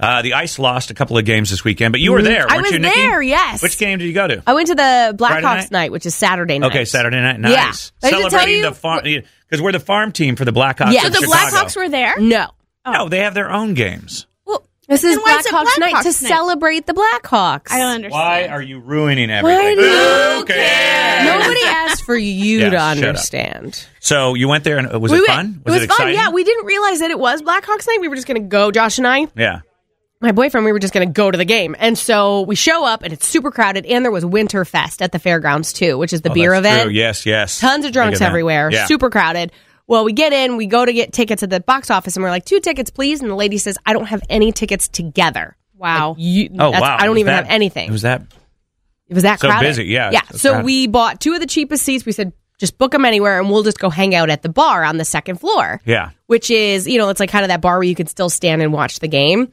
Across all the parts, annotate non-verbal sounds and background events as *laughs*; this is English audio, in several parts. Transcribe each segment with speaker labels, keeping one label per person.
Speaker 1: Uh, the Ice lost a couple of games this weekend, but you were there,
Speaker 2: Mm-hmm. I
Speaker 1: weren't
Speaker 2: was
Speaker 1: you, Nikki?
Speaker 2: there, yes. Oh,
Speaker 1: Which game did you go to?
Speaker 2: I went to the
Speaker 1: Friday
Speaker 2: Blackhawks night?
Speaker 1: night?
Speaker 2: which is Saturday night.
Speaker 1: Okay, Saturday night.
Speaker 2: Yeah.
Speaker 1: Nice.
Speaker 2: I didn't tell
Speaker 1: Celebrating
Speaker 2: you-
Speaker 1: the farm because we're the farm team for the Blackhawks.
Speaker 2: Yeah.
Speaker 1: of
Speaker 2: So
Speaker 3: The
Speaker 1: Chicago.
Speaker 3: Blackhawks were there.
Speaker 2: No.
Speaker 1: No, they have their own games.
Speaker 3: Well,
Speaker 2: This is
Speaker 3: then why
Speaker 2: Blackhawks
Speaker 3: it
Speaker 2: night to
Speaker 3: Blackhawks
Speaker 2: celebrate the Blackhawks.
Speaker 3: I don't understand.
Speaker 1: Why are you ruining
Speaker 2: Why
Speaker 1: everything?
Speaker 2: do
Speaker 1: Who
Speaker 2: you
Speaker 1: cares?
Speaker 2: *laughs* Nobody asked for you
Speaker 1: Yeah,
Speaker 2: to
Speaker 1: shut up.
Speaker 2: understand.
Speaker 1: So you went there, and uh, was
Speaker 2: We
Speaker 1: it
Speaker 2: went-
Speaker 1: fun?
Speaker 2: it was fun.
Speaker 1: exciting?
Speaker 2: Yeah, we didn't realize that it was Blackhawks night. We were just going to go, Josh and I.
Speaker 1: yeah.
Speaker 2: my boyfriend, we were just going to go to the game. And so we show up and it's super crowded. And there was Winterfest at the fairgrounds too, which is the
Speaker 1: Oh,
Speaker 2: beer
Speaker 1: that's
Speaker 2: event.
Speaker 1: True. Yes, yes.
Speaker 2: Tons of
Speaker 1: Big
Speaker 2: drunks
Speaker 1: event.
Speaker 2: everywhere,
Speaker 1: Yeah.
Speaker 2: super crowded. Well, we get in, we go to get tickets at the box office and we're like, two tickets, please. And the lady says, I don't have any tickets together.
Speaker 3: Wow.
Speaker 2: Like, you,
Speaker 1: Oh
Speaker 2: that's-
Speaker 1: wow!
Speaker 2: I don't
Speaker 1: Was
Speaker 2: even
Speaker 1: that-
Speaker 2: have anything.
Speaker 1: Was that
Speaker 2: It was that
Speaker 1: So
Speaker 2: crowded.
Speaker 1: busy, yeah,
Speaker 2: Yeah.
Speaker 1: so
Speaker 2: So
Speaker 1: crowded.
Speaker 2: we bought two of the cheapest seats. We said, just book them anywhere and we'll just go hang out at the bar on the second floor.
Speaker 1: Yeah.
Speaker 2: Which is, you know, it's like kind of that bar where you can still stand and watch the game.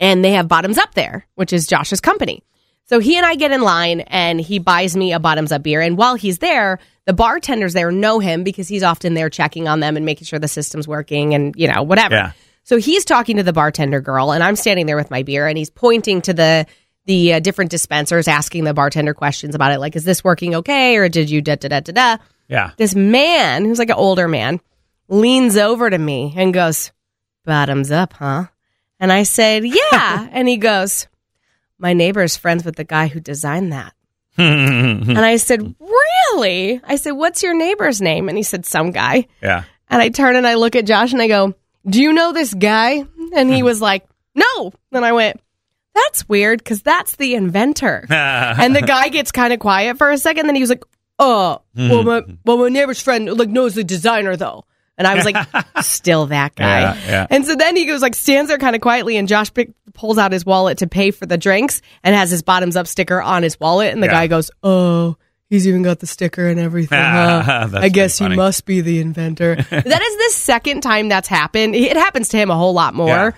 Speaker 2: And they have bottoms up there, which is Josh's company. So he and I get in line and he buys me a bottoms up beer. And while he's there, the bartenders there know him because he's often there checking on them and making sure the system's working and, you know, whatever.
Speaker 1: Yeah.
Speaker 2: So he's talking to the bartender girl, and I'm standing there with my beer, and he's pointing to the the uh, different dispensers, asking the bartender questions about it, like, "Is this working okay?" or "Did you da da da da da?" *laughs*
Speaker 1: Yeah.
Speaker 2: This man, who's like an older man, leans over to me and goes, "Bottoms up, huh?" And I said, "Yeah," and he goes, "My neighbor's friends with the guy who designed that." And I said, "Really?" I said, "What's your neighbor's name?" And he said, "Some guy."
Speaker 1: yeah.
Speaker 2: And I turn and I look at Josh and I go, Do you know this guy? And he was like, No. Then I went, That's weird because that's the inventor.
Speaker 1: Uh,
Speaker 2: and the guy gets kind of quiet for a second. Then he was like, Oh,
Speaker 1: Hmm.
Speaker 2: well, my, well, my neighbor's friend like knows the designer though. And I
Speaker 1: *laughs*
Speaker 2: was like, still that guy.
Speaker 1: Yeah, yeah.
Speaker 2: And so then he goes like stands there kind of quietly, and Josh pick, pulls out his wallet to pay for the drinks and has his bottoms up sticker on his wallet. And the
Speaker 1: Yeah.
Speaker 2: guy goes, "Oh, he's even got the sticker and everything.
Speaker 1: *laughs* Ah,
Speaker 2: huh?
Speaker 1: that's
Speaker 2: I guess
Speaker 1: pretty
Speaker 2: he
Speaker 1: funny.
Speaker 2: must be the
Speaker 1: *laughs*
Speaker 2: inventor." that is the second time that's happened. It happens to him a whole lot more,
Speaker 1: Yeah.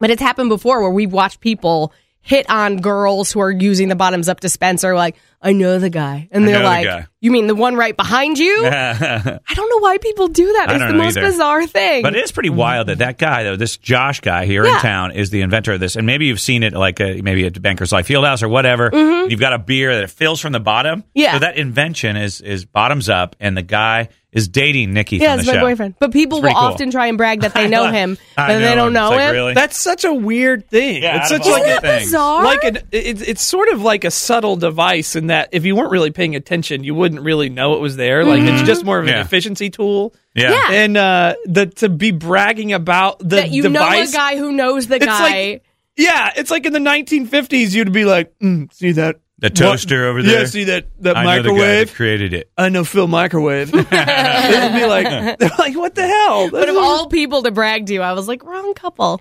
Speaker 2: but it's happened before where we've watched people hit on girls who are using the bottoms up dispenser. Like, I know the guy, and
Speaker 1: I
Speaker 2: they're
Speaker 1: know the
Speaker 2: like,
Speaker 1: guy.
Speaker 2: "You mean the one right
Speaker 1: *laughs*
Speaker 2: behind you?" I don't know why people do that.
Speaker 1: I
Speaker 2: It's
Speaker 1: don't
Speaker 2: the
Speaker 1: know
Speaker 2: most
Speaker 1: either.
Speaker 2: bizarre thing.
Speaker 1: But it is pretty wild that that guy, though, this Josh guy here
Speaker 2: Mm-hmm. Yeah.
Speaker 1: in town, is the inventor of this. And maybe you've seen it, like uh, maybe at Bankers Life Fieldhouse or whatever. You've got a beer that it fills from the bottom.
Speaker 2: Mm-hmm. Yeah.
Speaker 1: So that invention is is bottoms up, and the guy is dating Nikki.
Speaker 2: Yeah,
Speaker 1: from
Speaker 2: it's
Speaker 1: the
Speaker 2: my
Speaker 1: show.
Speaker 2: boyfriend. But people
Speaker 1: It's
Speaker 2: will
Speaker 1: pretty cool.
Speaker 2: often try and brag that they
Speaker 1: I *laughs*
Speaker 2: know him,
Speaker 1: I
Speaker 2: but they
Speaker 1: and
Speaker 2: don't
Speaker 1: it's
Speaker 2: know
Speaker 1: like,
Speaker 2: him.
Speaker 1: Really?
Speaker 4: That's such a weird thing.
Speaker 1: Yeah,
Speaker 4: it's
Speaker 1: out of
Speaker 4: such
Speaker 1: all
Speaker 4: like
Speaker 1: the *laughs*
Speaker 4: a,
Speaker 1: things.
Speaker 2: bizarre?
Speaker 4: like an it, it's sort of like a subtle device in that if you weren't really paying attention, you wouldn't really know it was there. Like it's just more of an
Speaker 1: Yeah.
Speaker 4: efficiency tool.
Speaker 1: Yeah.
Speaker 2: Mm-hmm. Yeah.
Speaker 4: And uh, the to be bragging about the
Speaker 2: that you know a
Speaker 4: device.
Speaker 2: guy who knows the
Speaker 4: It's
Speaker 2: guy.
Speaker 4: like- yeah, it's like in the 1950s, you'd be like, mm, see that
Speaker 1: The toaster over
Speaker 4: Yeah,
Speaker 1: there?
Speaker 4: see that that
Speaker 1: I know the guy
Speaker 4: microwave.
Speaker 1: that created it.
Speaker 4: I know Phil
Speaker 1: *laughs*
Speaker 4: microwave. It'd be like, they're like, what the
Speaker 1: *laughs*
Speaker 4: hell?
Speaker 2: but of all people to brag to, I was like, wrong couple.